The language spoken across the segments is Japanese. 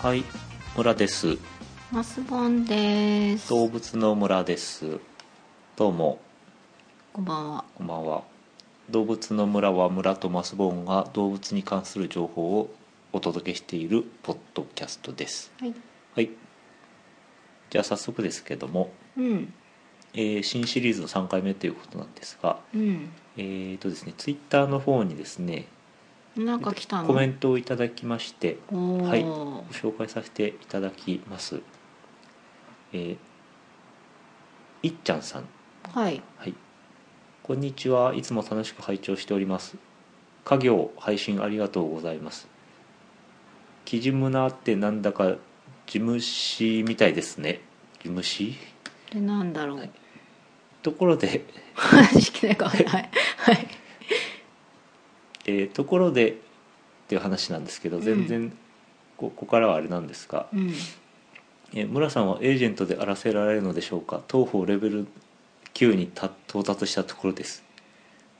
はい村ですマスボンです。動物の村ですどうもこんばんは。こんばんは動物の村は村とマスボンが動物に関する情報をお届けしているポッドキャストですはい。はいじゃあ早速ですけども、うん。えー新シリーズの3回目ということなんですがうん。えー、とですねツイッターの方にですねなんか来たの。コメントをいただきましておお。はいご紹介させていただきますえーいっちゃんさんはい。はいこんにちはいつも楽しく拝聴しております家業配信ありがとうございますキジムナーってなんだか事務士みたいですね事務士で、なんだろう。ところで 話聞けないか。 はい。はい。えーところでっていう話なんですけど全然、こここからはあれなんですが、うん。えー村さんはエージェントで荒らせられるのでしょうか当方レベル9にた到達したところです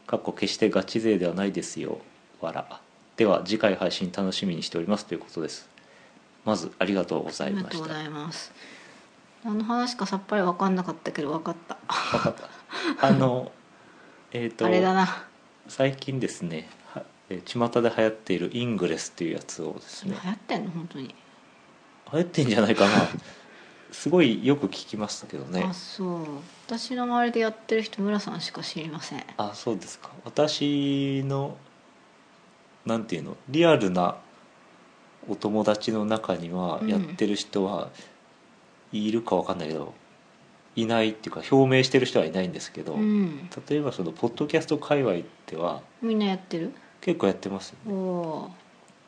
かっこ決してガチ勢ではないですよわらでは次回配信楽しみにしておりますということですまずありがとうござあいりがまとうしごたざいます。何の話かさっぱり分かんなかったけど分かった。わかったあのえっ、あれだとな。最近ですねはえー巷で流行っているイングレスっていうやつをですそれね流行ってんの本当に。流行ってんじゃないかなすごいよく聞きますけどねあ、そう。私の周りでやってる人村さんしか知りません。あそうですか私のなんていうのリアルなお友達の中にはうんやってる人はいるかわかんないけど、いないっていうか表明してる人はいないんですけど、うん。例えばそのポッドキャスト界隈ではみんなやってる。結構やってますよおお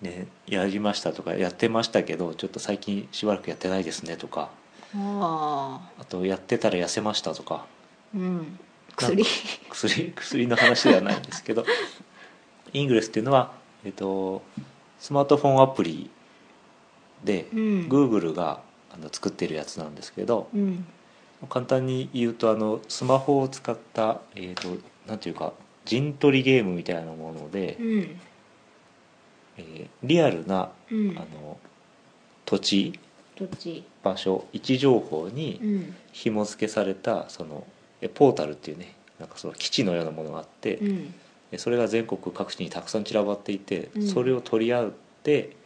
ねやりましたとかやってましたけどちょっと最近しばらくやってないですねとかー。ああ。あとやってたら痩せましたとかうん。薬。薬薬の話ではないんですけどイングレスっていうのは、えっとスマートフォンアプリで、うん Google があの作ってるやつなんですけどうん。簡単に言うとあのスマホを使った、えっとなんていうか陣取りゲームみたいなもので、うん。えーリアルなあうん。の土地どっち。場所位置情報にうん。紐付けされたそのえポータルっていうねなんかその基地のようなものがあって。うん。でそれが全国各地にたくさん散らばっていて、うんそれを取り合って、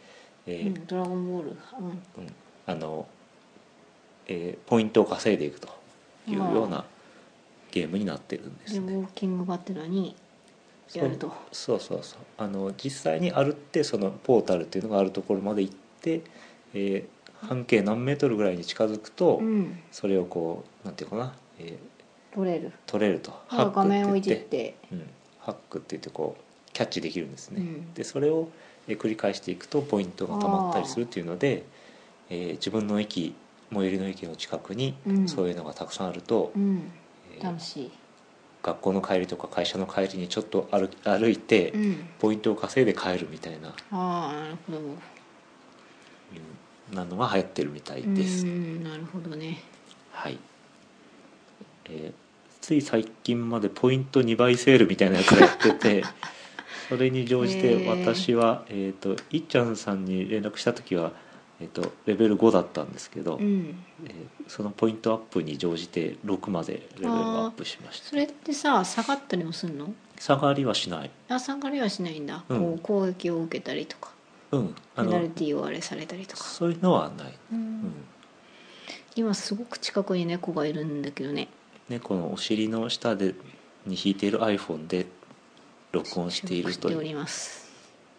えーうんドラゴンボール。うん。うんあのえーポイントを稼いでいくというようなゲームになってるんでで、すね。ウォーキングがてらに。そうやると。そうそうそうあの実際に歩ってそのポータルっていうのがあるところまで行って、えー半径何メートルぐらいに近づくと、うん。それをこうなんていうかな、えー取れる。取れるとなんか画面をいじ言っ、て。うん、ハックって言ってこうキャッチできるんですね。うんでそれをえー繰り返していくとポイントがたまったりするっていうので、えー自分の駅最寄りの駅の近くにうんそういうのがたくさんあると、うん。えー楽しい。学校の帰りとか会社の帰りにちょっと歩き歩いて、うん。ポイントを稼いで帰るみたいな、ああ、なるほど。うんなのが流行ってるみたいです。うん、なるほどね。はいえーつい最近までポイント2倍セールみたいなやつやって てそれに乗じへてー私は、えー、といっちゃんさんに連絡した時は、えー、とレベル5だったんですけど、うん。えーそのポイントアップに乗じて6までレベルがアップしましたそれってさ、下がったりもするの。下がりはしないあ、下がりはしないんだ。うんこう攻撃を受けたりとか。うんペあナのルティをあれされたりとか。そういうのはない、ううんん。今すごく近くに猫がいるんだけどね。猫のお尻の下でに引いている iPhone で録音していると収録していおうります。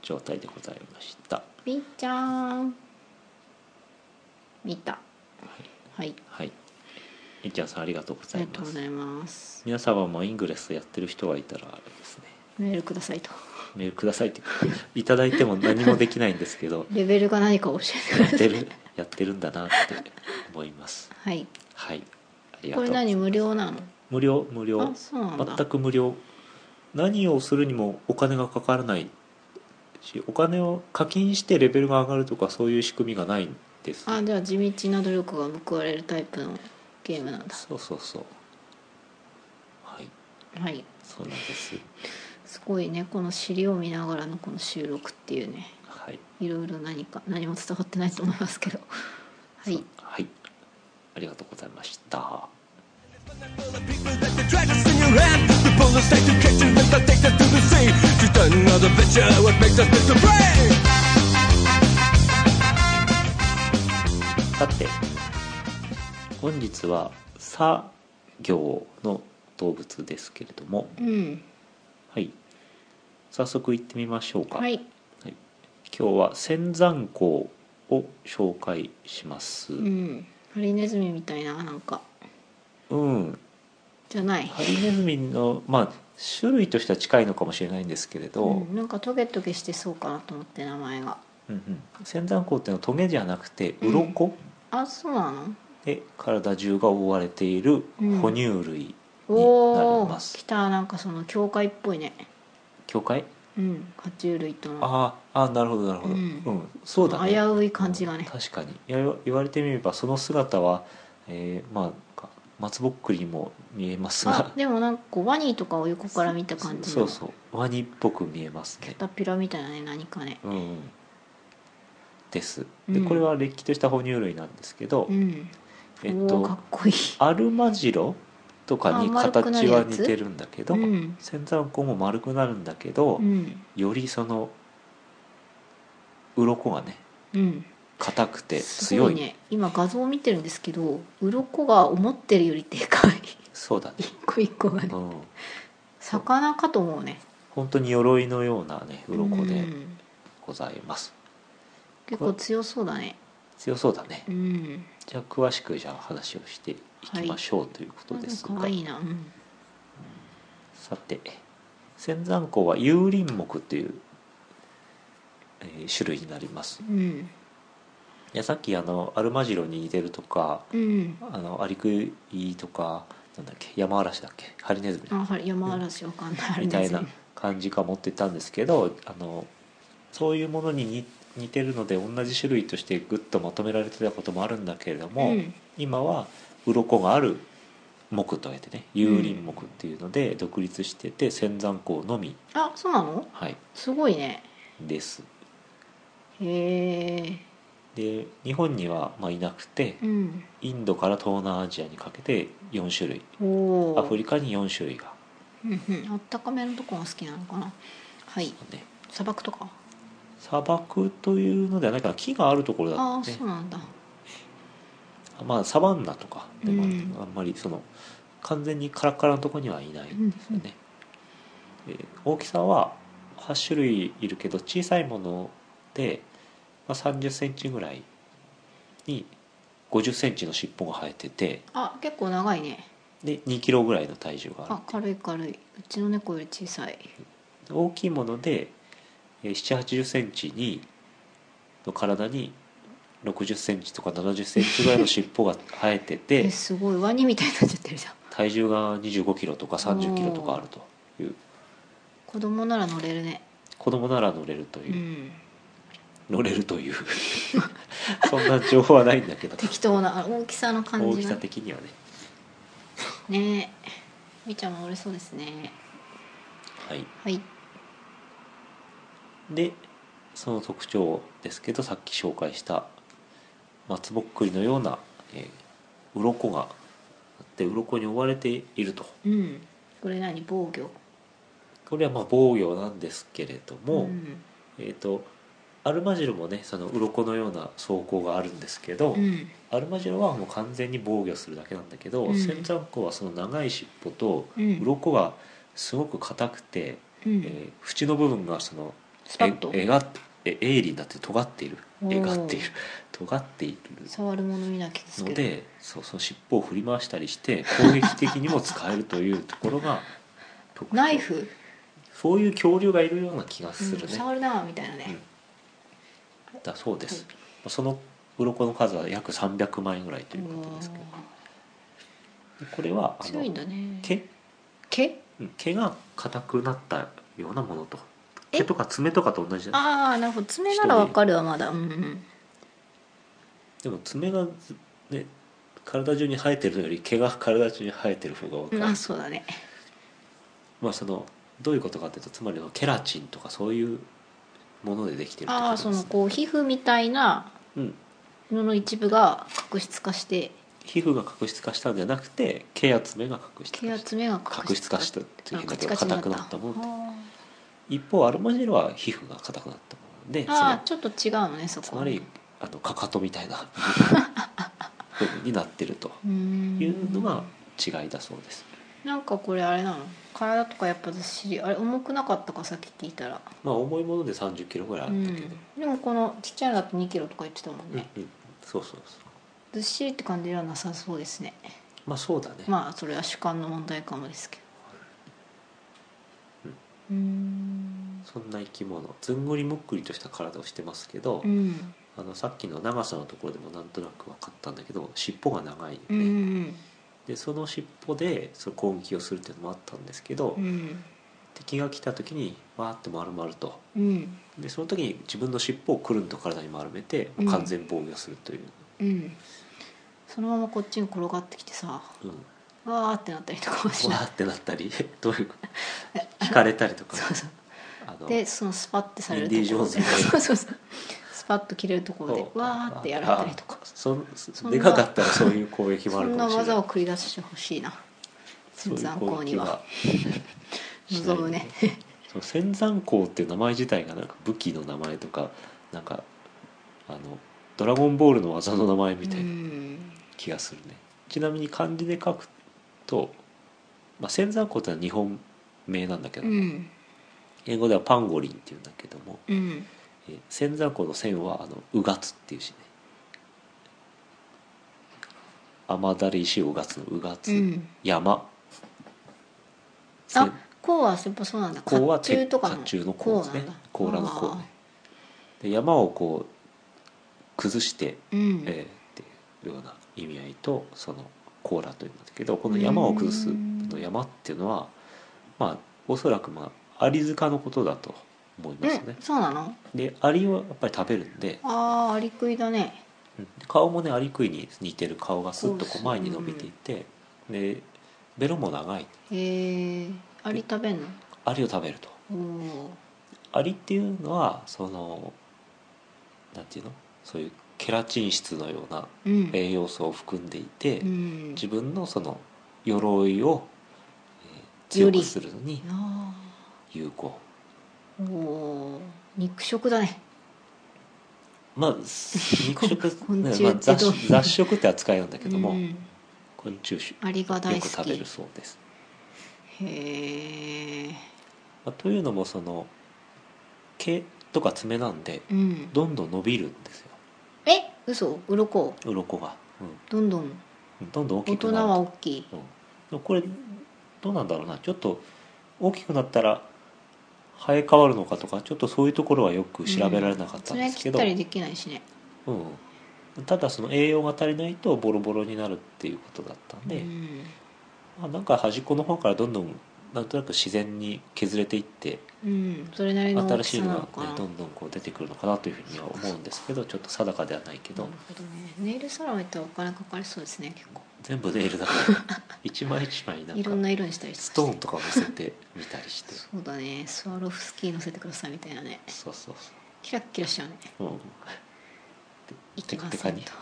状態でございましたみっちゃん見たはいはい。いっちゃんさんありがとうごあざりいがとまうごす。ざいます皆様もイングレスやってる人がいたらあれですね。メールくださいとメールくださいっていただいても何もできないんですけど、レベルが何か教えてくやだっさてい るやってるんだなって思います。はいはい。ありがこうとれござい何ます。無料なの無料無料あ。そうなんだ全く無料。何をするにもお金がかからないし、お金を課金してレベルが上がるとかそういう仕組みがないんです。あじゃあ地道な努力が報われるタイプのゲームなんだそうそうそう。はい。はいそうなんです。すごいねこの尻を見ながらのこの収録っていうねはい。いろいろ何か何も伝わってないと思いますけどはいはいありがとうございました。 The dragons in your hand, the bullets take to catch you and take that to the sea. She's another picture, what makes us Mr. Brave? さて本日は「作業」の動物ですけれどもうんはい早速行ってみましょうか、はいはい今日は仙山港を紹介しますううん、んハリネズミみたいななんかじゃない、ハリネズミのまあ種類としては近いのかもしれないんですけれど、うんうん、なんかトゲトゲしてそうかなと思って名前がうん仙山港っていうのはトゲじゃなくて鱗、あそうなので体中が覆われている哺乳類になりおおます来、たなんかその教会っぽいね教会うん爬虫類とのあーあーなるほどなるほど、ううんんそうだね危うい感じがね確かにいや言われてみればその姿は、えーまあか松ぼっくりにも見えますあがでもなんかこうワニとかを横から見た感じそのうそうワニっぽく見えますねキャタピラみたいなね何かねうんうんですでうんこれはれっきとした哺乳類なんですけど、うんえっおーかとっこいいアルマジロとかにあ丸くな形るやはつ似てるんだけどうん仙山湖も丸くなるんだけど、うんよりその鱗がねうん硬くてすご強いいね今画像を見てるんですけど鱗が思ってるよりでかい そうだね、一個一個がねうん、魚かと思うね本当に鎧のようなね鱗うでんございます、結構強そうだね強そうだねうんじゃあ詳しくじゃあ話をしていきましょうということですが、かわいいなうんさて仙山湖は幽林木という、えー種類になりますうんいやさっきあのアルマジロに似てるとかうんあのアリクイとかなんだっけヤマアラシだっけハリネズミあはり山嵐わかんないあれみたいですなね感じか持ってたんですけどあのそういうものに似似てるので同じ種類としてグッとまとめられてたこともあるんだけれども、うん今は鱗がある木とあえてね幽林木っていうので独立してて仙山港のみ、あそうなのはい、すごいねです。へえで日本にはまあいなくてうんインドから東南アジアにかけて4種類おおアフリカに4種類が、うんうんあったかめのとこが好きなのかなはいね、砂漠とか砂漠というのではないかな木があるところだああったねそうなんだまあサバンナとかでもあ,、うんあんまりその完全にカラッカラのとこにはいないんですよね、で大きさは8種類いるけど小さいもので、まあ、3 0センチぐらいに5 0センチの尻尾が生えててあ結構長いねで2キロぐらいの体重がああ軽い軽いうちの猫より小さるい大きいもので7 8 0センチにの体に6 0センチとか7 0センチぐらいの尻尾が生えててえすごいワニみたいになっちゃってるじゃん体重が2 5キロとか3 0キロとかあるという子供なら乗れるね子供なら乗れるとういう、ん乗れるという そんな情報はないんだけど適当なあ大きさの感大じきさが的にはねねえみーちゃんも乗れそうですねはいはいでその特徴ですけどさっき紹介した松ぼっくりのような、えー、鱗があって鱗に覆われているとうんこれ何防御これはまあ防御なんですけれども、うんえっ、とアルマジロもねその鱗のような装甲があるんですけど、うんアルマジロはもう完全に防御するだけなんだけど、うんセンザンコはその長い尻尾とうん鱗がすごく硬くて、うんえー縁の部分がそのスパえッとえがえ鋭利になって尖っているおえーがっている 尖っている触るもの見なきゃですのけどでそうそう尻尾を振り回したりして攻撃的にも使えるというところ が特徴ナイフそういう恐竜がいるような気がすうるんね、触るなみたいなねだそうです、その鱗の数は約300万円ぐらいということですけどでこれはおーあ強いんのだね毛毛うん毛が硬くなったようなものとえ毛とか爪とかと同じだああなるほど爪ならわかるわまだうんうんでも爪がずね体中に生えてるのより毛が体中に生えてる方が多うくんあそうだねまあそのどういうことかっていうとつまりのケラチンとかそういうものでできてるってあこあそとでのす、こう皮膚みたいなうん、布の一部が角質化して皮膚が角質化したんじゃなくて毛や爪が角質化毛やした爪が角質化したっていうあこカチとカがチに硬くなったものあー一方アルマジロは皮膚が硬くなったものでそあーのちょっと違うのねそつこまりあのかかとみたい なになってるとうーんいうのが違いだそうです。なんかこれあれなの体とかやっぱずっしりあれ重くなかったかさっき聞いたらまあ重いもので3 0キロぐらいあうったけんど、でもこのちっちゃいのだと2キロとか言ってたもんうんね、うんそうそうそうずっしりって感じではなさそうですねまあそうだね、まあそれは主観の問題かもですけどうんそんな生き物ずんぐりむっくりとした体をしてますけど、うんあのさっきの長さのところでもなんとなく分かったんだけど尻尾が長いよね、うんうんでその尻尾でその攻撃をするっていうのもあったんですけど、うん敵が来た時にわーって丸々とうんでその時に自分の尻尾をくるんと体に丸めてもう完全防御するという、うんそのままこっちに転がってきてさうんわーってなったりとかもしわないーってなったりどう いう引かれたりとかそうそうあのでそのスパッてされるインディージョーンズみたいなそうそうそうスパッと切れるところでそうわーってやられたりとかあそんんなでかかったらそういう攻撃もあそるかんなもしれない技を繰り出してほしいなそう仙いう山攻校に撃ははしない望むね そう仙山校っていう名前自体がなんか武器の名前とかなんかあのドラゴンボールの技の名前みたいうなん気がするね、ちなみに漢字で書くと、まあ、仙山校ってのは日本名なんだけど、うん英語ではパンゴリンっていうんだけども、うんえー仙山校の仙はあのうがつっていうしね雨だれ石をうがつのうがつ、うん山あこうはやっぱそうなんだ甲甲は手冑とかの甲冑の甲ですね甲甲羅なんのだ甲ねで山をこう崩して、あーうんえーっていうような意味合いとその甲羅というんだけどこの山を崩すうんの山っていうのはまあおそらくまあアリ塚のことだと思いますねえ、そうなのでアリをやっぱり食べるんであーアリクイだねうん顔もねアリクイに似てる顔がスッとこう前に伸びていてでベロも長いへえアリ食べんのアリを食べるとおーアリっていうのはそのなんていうのそういうケラチン質のようなうん栄養素を含んでいて、うん自分のその鎧を、えー強くするのにあ有効ーおー肉食だねまあす肉食、 昆ね虫まあ、ってどう雑雑食って扱いなんだけども、うん昆虫種アリが大よ好くき食べるそうです、へえまあ、というのもその毛とか爪なんでうんどんどん伸びるんですよえ嘘鱗鱗が、どんどんうん、どんどん大大きく人なるは大きいうん、でもこれどうなんだろうなちょっと大きくなったら生え変わるのかとかちょっとそういうところはよく調べられなかったんそでれすけ切っど、たうりんできないしねただその栄養が足りないとボロボロになるっていうことだったんで、うんまあ、なんか端っこの方からどんどんなんとなく自然に削れていってうんそれなりの大新きしさいなののかが、ねな、どんどんこう出てくるのかなというふうには思うんですけどちょっと定かではないけなどるほどねネイルサロン行ったらお金かかりそうですね結構全部ネイルだから一枚一枚ないろんんかな色にしたりとかしスてトーンとかを乗せてみたりしてそうだねスワロフスキー乗せてくださいみたいなねそうそうそうキラッキラしちゃうねうん、いきまテせカんテとカ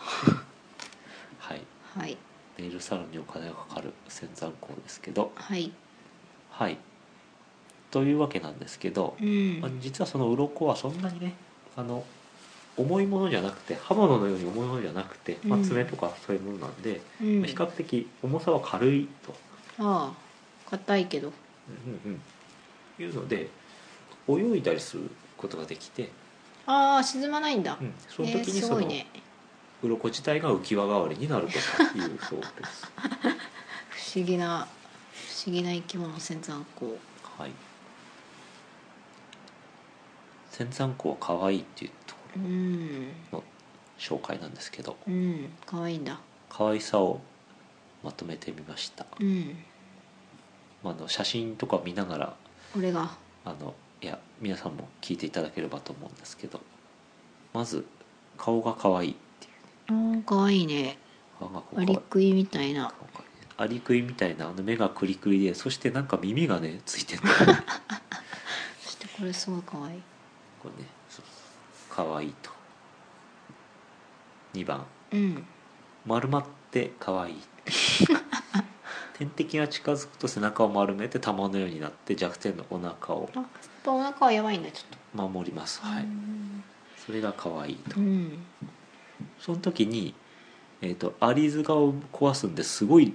はいはいネイルサロンにお金がかかる仙山校ですけどはいはいというわけなんですけど、うんまあ実はその鱗はそんなにねあの重いものじゃなくて刃物のように重いものじゃなくて、まあ、うん爪とかそういうものなんで、うんまあ比較的重さは軽いと、ああ硬いけどうんうんうんいうので泳いだりすることができて、ああ沈まないんだ、うんその時えーにすそごの、いね鱗自体が浮き輪代わりになるというそうです。不思議な不思議な生き物仙山校 はい。仙山校可愛いっていうとこうんろの紹介なんですけど、うん可愛いんだ可愛さをまとめてみました。うんまああの写真とか見ながら俺があのいや皆さんも聞いていただければと思うんですけど、まず顔が可愛いっていううん可愛いね顔がこう可ア愛いリ。クイみたい顔なが可愛いアリクイみたいなあの目がクリクリでそしてなんか耳がねついてるそしてこれすごい可愛いここれねそうそうかわいいと2番うん丸まってかわいい天敵が近づくと背中を丸めて玉のようになって弱点のお腹をあやっぱお腹はやばいんだちょっ守ります、と、はいうんそれがかわいいとうんその時に、えー、とアリ塚を壊すんですごい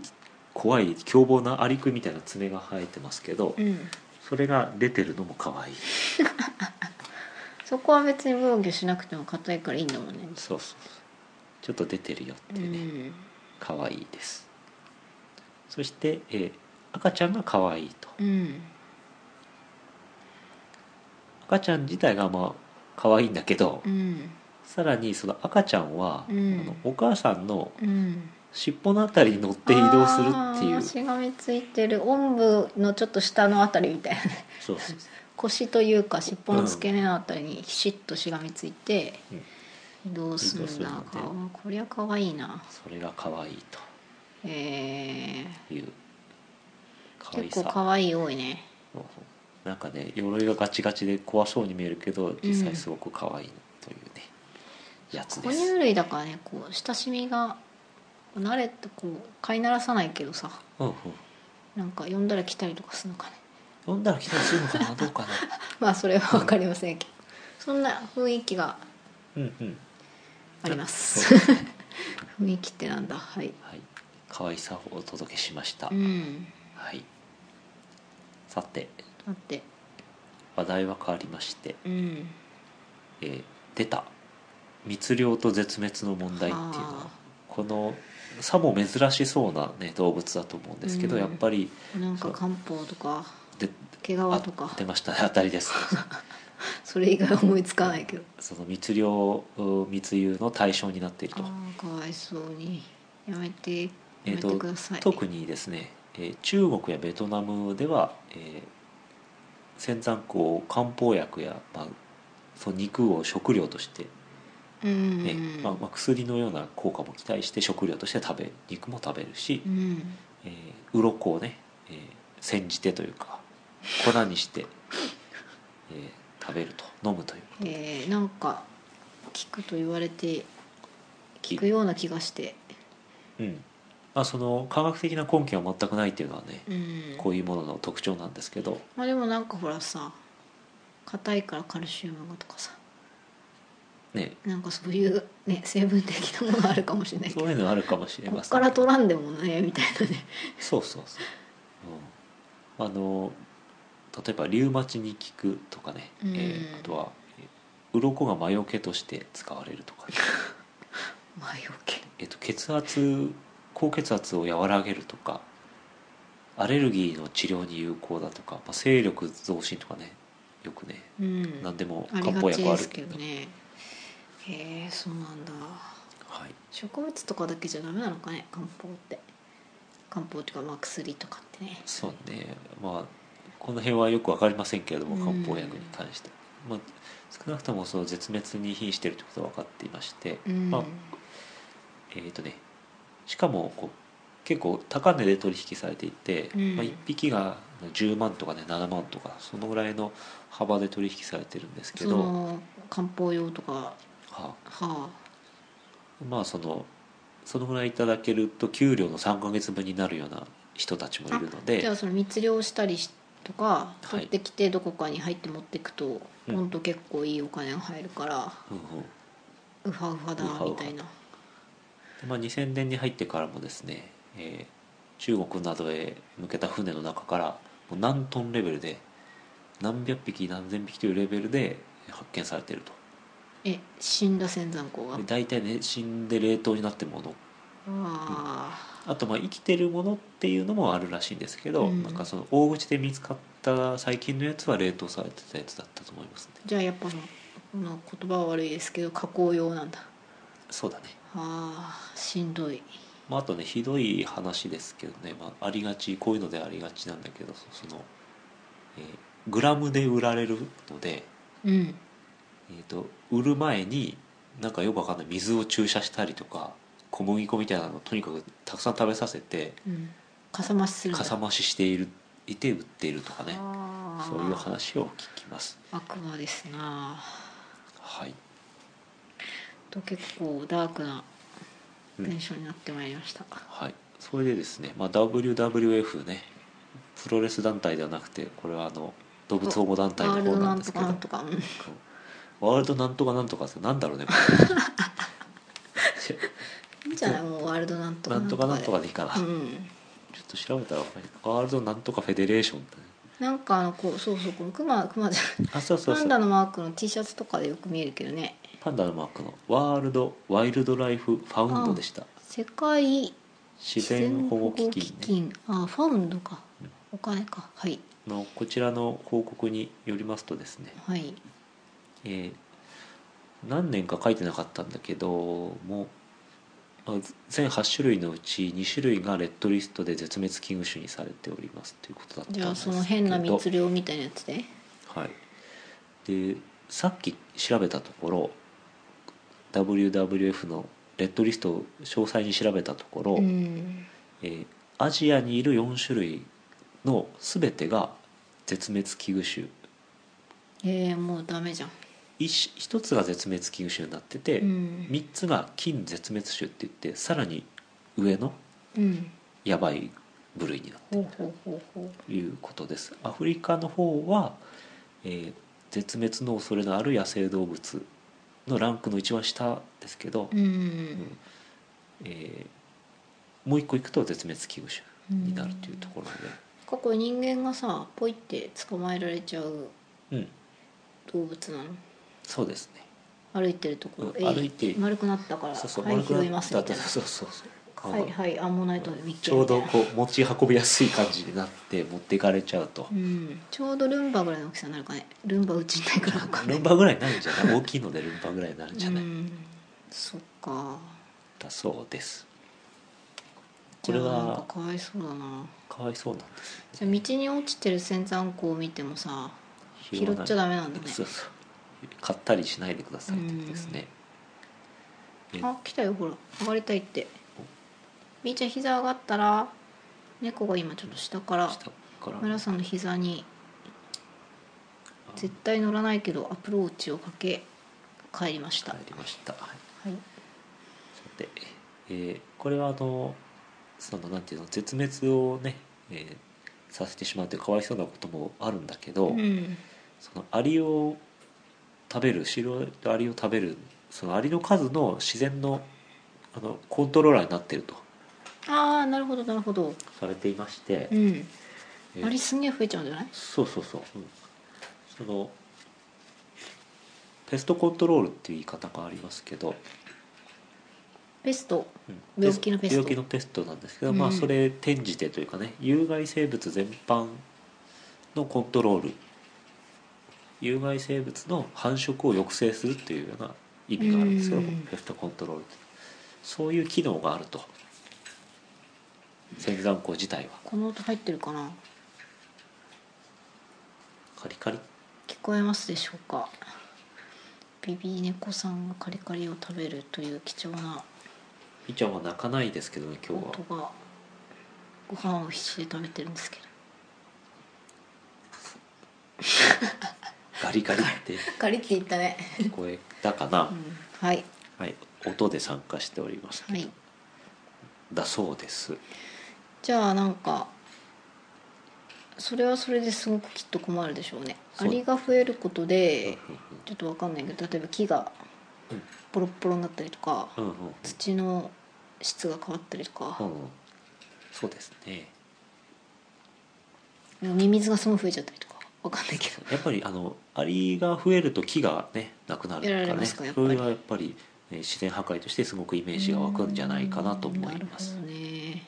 怖い凶暴なアリクイみたいな爪が生えてますけど、うんそれが出てるのもかわいいそこは別に防御しなくても硬いからいいんだもんねそうそうそうちょっと出てるよっていうね、ん可愛いですそして、えー赤ちゃんが可愛いとうん赤ちゃん自体がまあ可愛いんだけど、うんさらにその赤ちゃんは、うんあのお母さんのうん尻尾のあたりに乗って移動するっていあーうしがみついてるおんぶのちょっと下のあたりみたいなねそうそう腰というか尻尾の付け根のあたりにひしっとしがみついてうん移動する移動すんるだのでかこりゃ可愛いなそれが可愛いえという可ー、愛結構さ可愛い多いねそうそうなんかね鎧がガチガチで怖そうに見えるけど実際すごく可愛いというね、やつで哺乳す、類だからねこう親しみが慣れてこう飼いならさないけどさうんうん、なんか呼んだら来たりとかするのかね 呼んだら来たりするのかなどうかなまあそれは分かりませんけどそんな雰囲気がうんうんありますそう 雰囲気ってなんだはいはい、可愛さをお届けしました、うんはい、さてだって話題は変わりまして、うんえー出た密漁と絶滅の問題っていうのははあこのさも珍しそうな、ね、動物だと思うんですけど、うんやっぱりなんそかう漢方とかで毛皮あとか出ましたね当たりです それ以外は思いつかないけどその密漁密輸の対象になっているとああかわいそうにやめてやえめーとてください、特にですね、えー中国やベトナムでは、えー仙山港を漢方薬や、まあ、その肉を食料として、うん、ねまあまあ、薬のような効果も期待して食料として食べ肉も食べるし、うんえー鱗をね、えー煎じてという か粉にして、えー食べると飲むというえー、なんか聞くと言われて聞くような気がして、うんまあ、その科学的な根拠は全くないっていうのはねうん、こういうものの特徴なんですけどまあでもなんかほらさ硬いからカルシウムがとかさねなんかそういうね成分的なものがあるかもしれないけそどういうのあるかもしれこまっせんから取らんでもねみたいなねそうそうそう、うん、あの例えばリウマチに効くとかね、うんえーあとはえー鱗が魔除けとして使われると か、魔除けえっと血圧高血圧を和らげるとかアレルギーの治療に有効だとか、まあ、精力増進とかねよくねうん何でもあ漢り方がち薬はであるすけどねへえー、そうなんだはい、植物とかだけじゃダメなのかね漢方って漢方っていうかまあ薬とかってねそうねまあこの辺はよく分かりませんけれどもう漢ん方薬に関して、まあ、少なくともその絶滅に瀕しているということは分かっていまして、うん、まあえーとね、しかもこう結構高値で取引されていて、うんまあ、1匹が10万とかね7万とかそのぐらいの幅で取引されてるんですけそど、はの漢方用とかはああまあそのそのぐらいいただけると給料の3ヶ月分になるような人たちもいるのじゃであその密漁したりしとかい取ってきてどこかに入って持ってくと、うんほんと結構いいお金が入るからうんうんウハウハだウハウハみたいなでまあ、2000年に入ってからもですね、えー中国などへ向けた船の中からもう何トンレベルで何百匹何千匹というレベルで発見されていると。え死んだ仙山公がで大体ね死んで冷凍になってるものああとまあ生きてるものっていうのもあるらしいんですけど、うんなんかその大口で見つかった最近のやつは冷凍されてたやつだったと思いますねーじゃあやっぱそのこの言葉は悪いですけど加工用なんだそうだね、あーしんどいまあ、あとねひどい話ですけどね、まあ、ありがちこういうのでありがちなんだけどその、えーグラムで売られるので、うんえー、と売る前になんかよくわかんない水を注射したりとか小麦粉みたいなのをとにかくたくさん食べさせてうんかさ増しするんだかさ増ししているいて売っているとかねあーそういう話を聞きます悪魔ですなはいと結構ダークなうん文章になってまいりました、はい、それでですね、まあ、WWF ねプロレス団体ではなくてこれはあの動物保護団体ワーのルド方ななんんでとすけかどなんとかうんワールドなんとかなんとかってなんだろう ねこいいんじゃないもうワールドなんとれかなんとかなんとかでいいかな、うちょっんと調べたらわかんないワールドなんとかフェデレーションってねなんかあのこうそうそうこのクマクマじゃないあそうそうパそうンダのマークの T シャツとかでよく見えるけどねパンダのマークのワールドワイルドライフファウンドでした世界自然保護基金,、ね、自然保護基金あファウンドかお金かはいのこちらの報告によりますとですね、はいえー何年か書いてなかったんだけどもあ全8種類のうち2種類がレッドリストで絶滅危惧種にされておりますということだったんですじけゃどあその変な密漁みたいなやつではいでさっき調べたところ WWF のレッドリストを詳細に調べたところ、うんえーアジアにいる4種類の全てが絶滅危惧種ええもうダメじゃん一一つが絶滅危惧種になってて、うん3つが近絶滅種って言ってさらに上のうんやばい部類になるほうほうほうほということですアフリカの方は、えー絶滅の恐れのある野生動物のランクの一番下ですけど、ううんえーもう一個いくと絶滅危惧種になるというところ過去人間がさポイって捕まえられちゃうで、うん動物なのそうですね歩いてるところ、うん歩いて丸くなったからそうそうはい丸く拾いなまっすたみ後たいそうなそうそうそうはいはいアンモナイトで見ちょうどこう持ち運びやすい感じになって持っていかれちゃうとう、ん、ちょうどルンバぐらいの大きさになるかねルンバうちにないからわかんな ルいンバぐらいになるんじゃない大きいのでルンバぐらいになるんじゃない、うんそっかだそうですじこゃれあなんはかかわいそうだなかわいそうなんですじゃあ道に落ちてる仙山湖を見てもさ拾わっないちゃダメなんだねそうそう買ったりしないでくださいってことですね、えあ来たよほら上がりたいってみーちゃん膝上がったら猫が今ちょっと下から下から村さんの膝に絶対乗らないけどアプローチをかけ帰りました、入りましたはいはい、さて、えーこれはあのそのなんていうの絶滅をね、えーさせてしまうというかわいそうなこともあるんだけど、うんそのアリを食べる白いアリを食べるそのアリの数の自然のあのコントローラーになっているとああなるほどなるほどされていまして、うんえーあれすんげえ増えちゃうんじゃないそうそうそう、うんそのペストコントロールっていう言い方がありますけど、ペストうん病気のペスト病気のペストなんですけど、まうあんそれ転じてというかね有害生物全般のコントロール有害生物の繁殖を抑制するというような意味があるんですけどうんペストコントロールとそういう機能があると仙山湖自体はこの音入ってるかなカリカリ聞こえますでしょうかビビ猫さんがカリカリを食べるという貴重なみーちゃんは泣かないですけどね今日は音がご飯を必死で食べてるんですけどガリガリってカリって言ったね、聞こえたかな、うん、はいはい、音で参加しております、はいだそうですじゃあなんかそれはそれですごくきっと困るでしょうねそうアリが増えることうんでちょっとわかんないけど例えば木がうんボロッボロになったりとかうんうん土の質が変わったりとかうんうんそうですねミミズがすごい増えちゃったりとかわかんないけどやっぱりあのアリが増えると木がねなくなるとやらかれねますそかやっぱりれがやっぱり、ね、自然破壊としてすごくイメージが湧くんじゃないかなと思いますうんなるほどね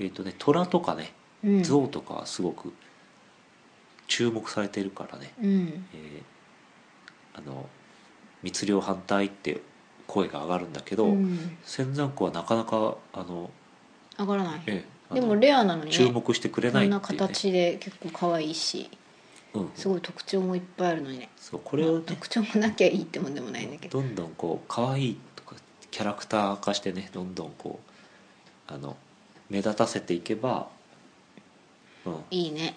えっ、とね虎とかねうん象とかはすごく注目されてるからね、うんえーあの密漁反対って声が上がるんだけど、うん仙山湖はなかなかあの、上がらないええあでのもレアなのにね注目してくれこないんっていなう、ね、形で結構可愛いしうん、すごい特徴もいっぱいあるのにねそうこれをまあね特徴もなきゃいいってもんでもないんだけどどんどんこう可愛いとかキャラクター化してねどんどんこうあの目立たせていけば、うん、いいね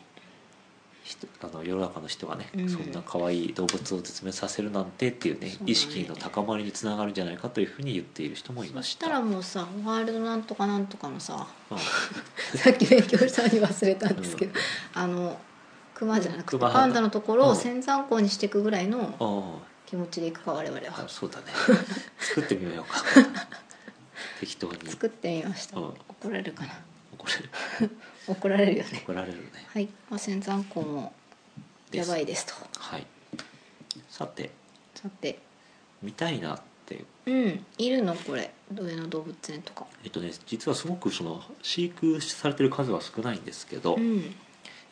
あの世の中の人がね、うんそんな可愛い動物を絶滅させるなんてっていうねそうだね意識の高まりにつながるんじゃないかというふうに言っている人もいまそししたたらもうさワールドなんとかなんとか のさうんさっき勉強したのに忘れたんですけど、あの熊じゃなくて熊パンダのところうをん仙山港にしていくぐらいのあ気持ちでいくか我々あはあそう だね作ってみようか適当に作ってみましたうん怒られるかな怒られる怒られるよね怒られるねはい、まあ、仙山港もやばいですとはいさてさて見たいなってうんいるのこれ上野動物園とかえっとね実はすごくその飼育されてる数は少ないんですけど、うん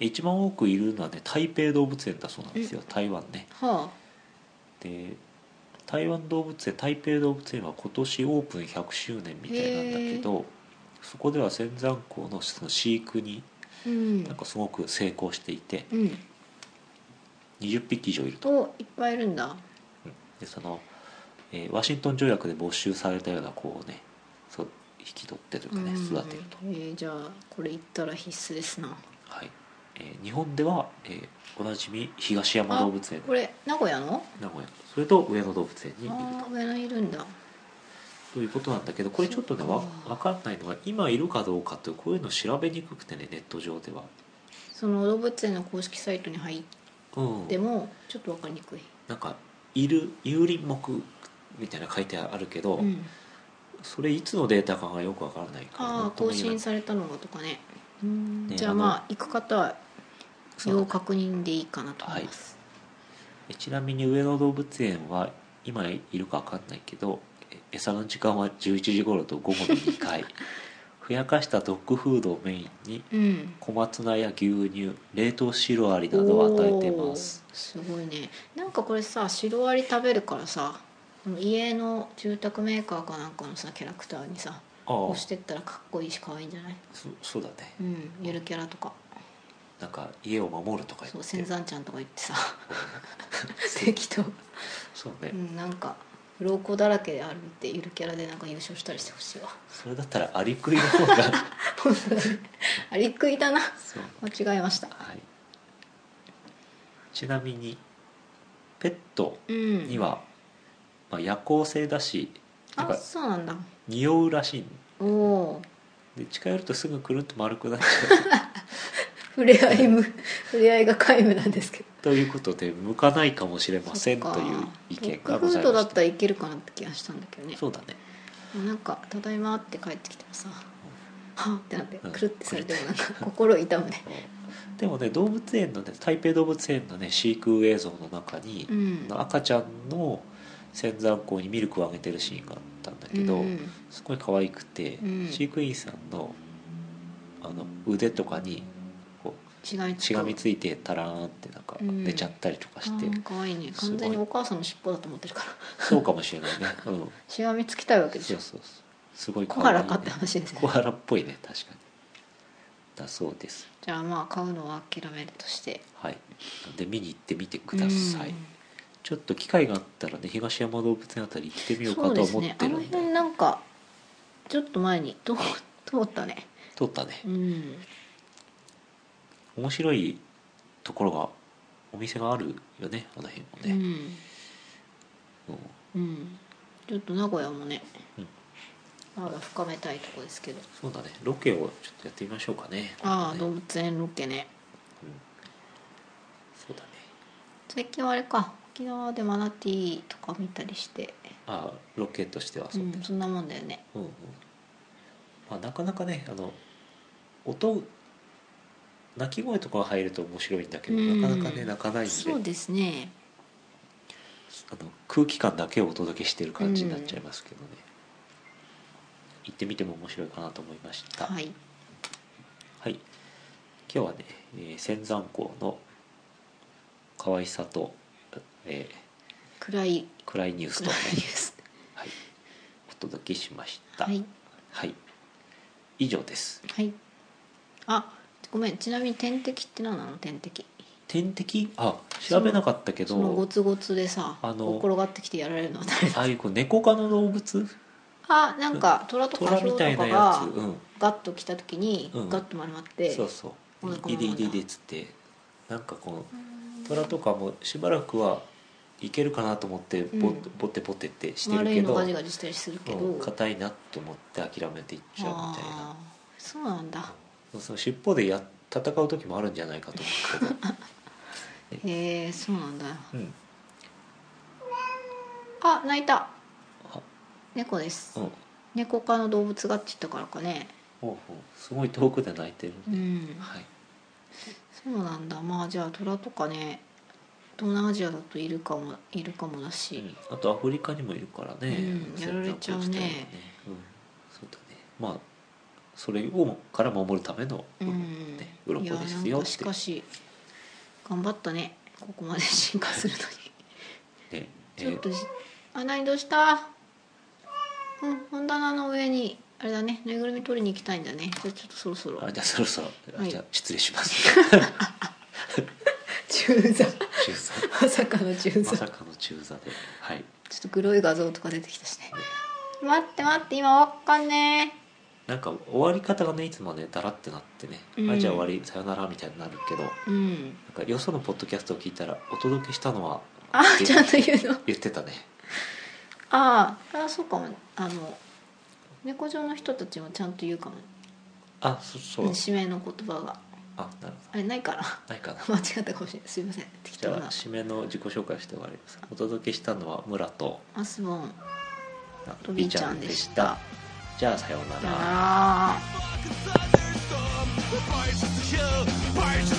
一番多くいるのはね台北動物園だそうなんですよ、台湾ねはで台湾動物園台北動物園は今年オープン100周年みたいなんだけどそこでは仙山港のその飼育にあうんなんかすごく成功していてうん20匹以上いるとおいっぱいいるんだでその、えーワシントン条約で没収されたような子をねそう引き取ってというかね育てると、うんえーじゃあこれ行ったら必須ですなはいえー日本では、えーおなじみ東山動物園これ名古屋の名古屋それと上野動物園にいるああ上野いるんだということなんだけどこれちょっとねわそっか分かんないのが今いるかどうかというこういうの調べにくくてねネット上ではその動物園の公式サイトに入っうんてもちょっとわかりにくい、なんか「いる有林木」みたいな書いてあるけど、うん、それいつのデータかがよく分からないからあなあんとも更言えない新されたのがとかねうんねじゃああのまあ行く方はそうだ要ね確認でいいかなと思います、えちなみに上野動物園は今いるか分かんないけどえ餌の時間は11時頃と午後の2回 ふやかしたドッグフードをメインにうん小松菜や牛乳冷凍シロアリなどを与えてますおーすごいねなんかこれさシロアリ食べるからさこの家の住宅メーカーかなんかのさキャラクターにさああ押してったらかっこいいし可愛いんじゃないそそうだねうんゆるキャラとかなんか家を守るとかそ言うって仙山ちゃんとか言って さ適当、そううねん、なんか老子だらけであるってゆるキャラでなんか優勝したりしてほし いわそれだったらアリクイの 方が本当だねアリクイだなそう間違えましたはいちなみにペットうんには、まあ、夜行性だしなんあかそうなんだ匂うらしいんおおーで近寄るとすぐくるんと丸くなっちゃ触れ合 いむ触れ合いが皆無なんですけどうということで向かないかもしれませんという意見がございドッグフードまだしったたらいけるかなって気がしたんだけどねそうだねもうなんか「ただいま」って帰ってきたらさ「はあ」ってなってうんくるってされてもなんか心痛むねでもね動物園のね台北動物園のね飼育映像の中にう、んあの赤ちゃんの仙山港にミルクをあげてるシーンがあったんだけど、うんすごい可愛くて、うん飼育員さんのあの腕とかにこうしがみしがみついてたらーんってなんかうん寝ちゃったりとかして、あー可愛いね完全にお母さんの尻尾だと思ってるからそうかもしれないね、 うん、しがみつきたいわけでしそうょそうそうすごい小可愛いね原かって話です小ね原っぽいね確かにだそうですじゃあまあ買うのは諦めるとしてはいなんで見に行ってみてください、うんちょっと機会があったらね東山動物園あたり行ってみようかそうとではす思ねっあてるのんで辺なんかちょっと前に通通ったね撮ったねうん面白いところがお店があるよねあの辺もうね、んうんうん、ちょっと名古屋もね、うんまだ深めたいとこですけどそうだねロケをちょっとやってみましょうかねああ、今度動ね物園ロケねそうだね最近はあれか沖縄でマナティーとか見たりしてああロケとしてはうそう、ん、そんなもんだよねうんうんまあ、なかなかねあの音鳴き声とかが入ると面白いんだけど、うんなかなかね鳴かないんでそうですねあの空気感だけをお届けしてる感じになっちゃいますけどね、行ってみても面白いかなと思いましたは、いはい今日はね、えー仙山港の可愛さと、え暗いー暗いニュース暗いと、ですはい、お届けしましたはいはい、以上ですはいあごめんちなみに天敵って何なの天敵天敵あ調べなかったけそのゴどツゴツでさあのこう転がってきてやられるのは 誰だああいうこう猫科の動物あなんか虎とか虎ヒョみウたといかなやがつ、うん、ガッと来た時にうんガッと丸まってそうそおう腹の「いでいでいで」っつってなんかこううん虎とかもしばらくはいけるかなと思ってうんボ,、ボテボテってしてる丸けいのどガジガジしたりするけど、うん硬いなと思って諦めていっちゃうみたいあなーそうなんだその尻尾でや戦う時もあるんじゃないかと思 うけど、へえそうなんだうんあ泣いたあ猫です、うん、猫科の動物がって言ったからかねほうほうすごい遠くで泣いてる、うんはい、そうなんだまあじゃあ虎とかね東南アジアだといるかもいるかもだし、あとアフリカにもいるからね、うんやられちゃ洗濯うねをしたりうん、そうだねまあそれをから守るための、うんね、鱗いやですなよんっかてしかし頑張ったねここまで進化するのにね えちょっとーじあ何どうしたうん本棚の上にあれだねぬいぐるみ取りに行きたいんだねじゃあちょっとそろそろあじゃあそろそろ、あはいじゃあ失礼します 中座中座まさかの中ま座さかの中座ではいちょっと黒い画像とか出てきたしね待って待って今わっかんねなんか終わり方がねいつもねだらってなってね、うんあじゃあ終わりさよならみたいになるけどなんうんかよそのポッドキャストを聞いたらお届けしたのはあってちゃんと言うの言ってたねああそうかもあの猫上の人たちもちゃんと言うかもあそそう、指名の言葉があなるほあれないからどないかな 間違ったかもしれないすいません適じ当ゃあな締めの自己紹介して終わりますお届けしたのは村とアスボンあとビーちゃんでしたじゃあさようなさよらなら Thunderstorm, the fire's just a show, fire's just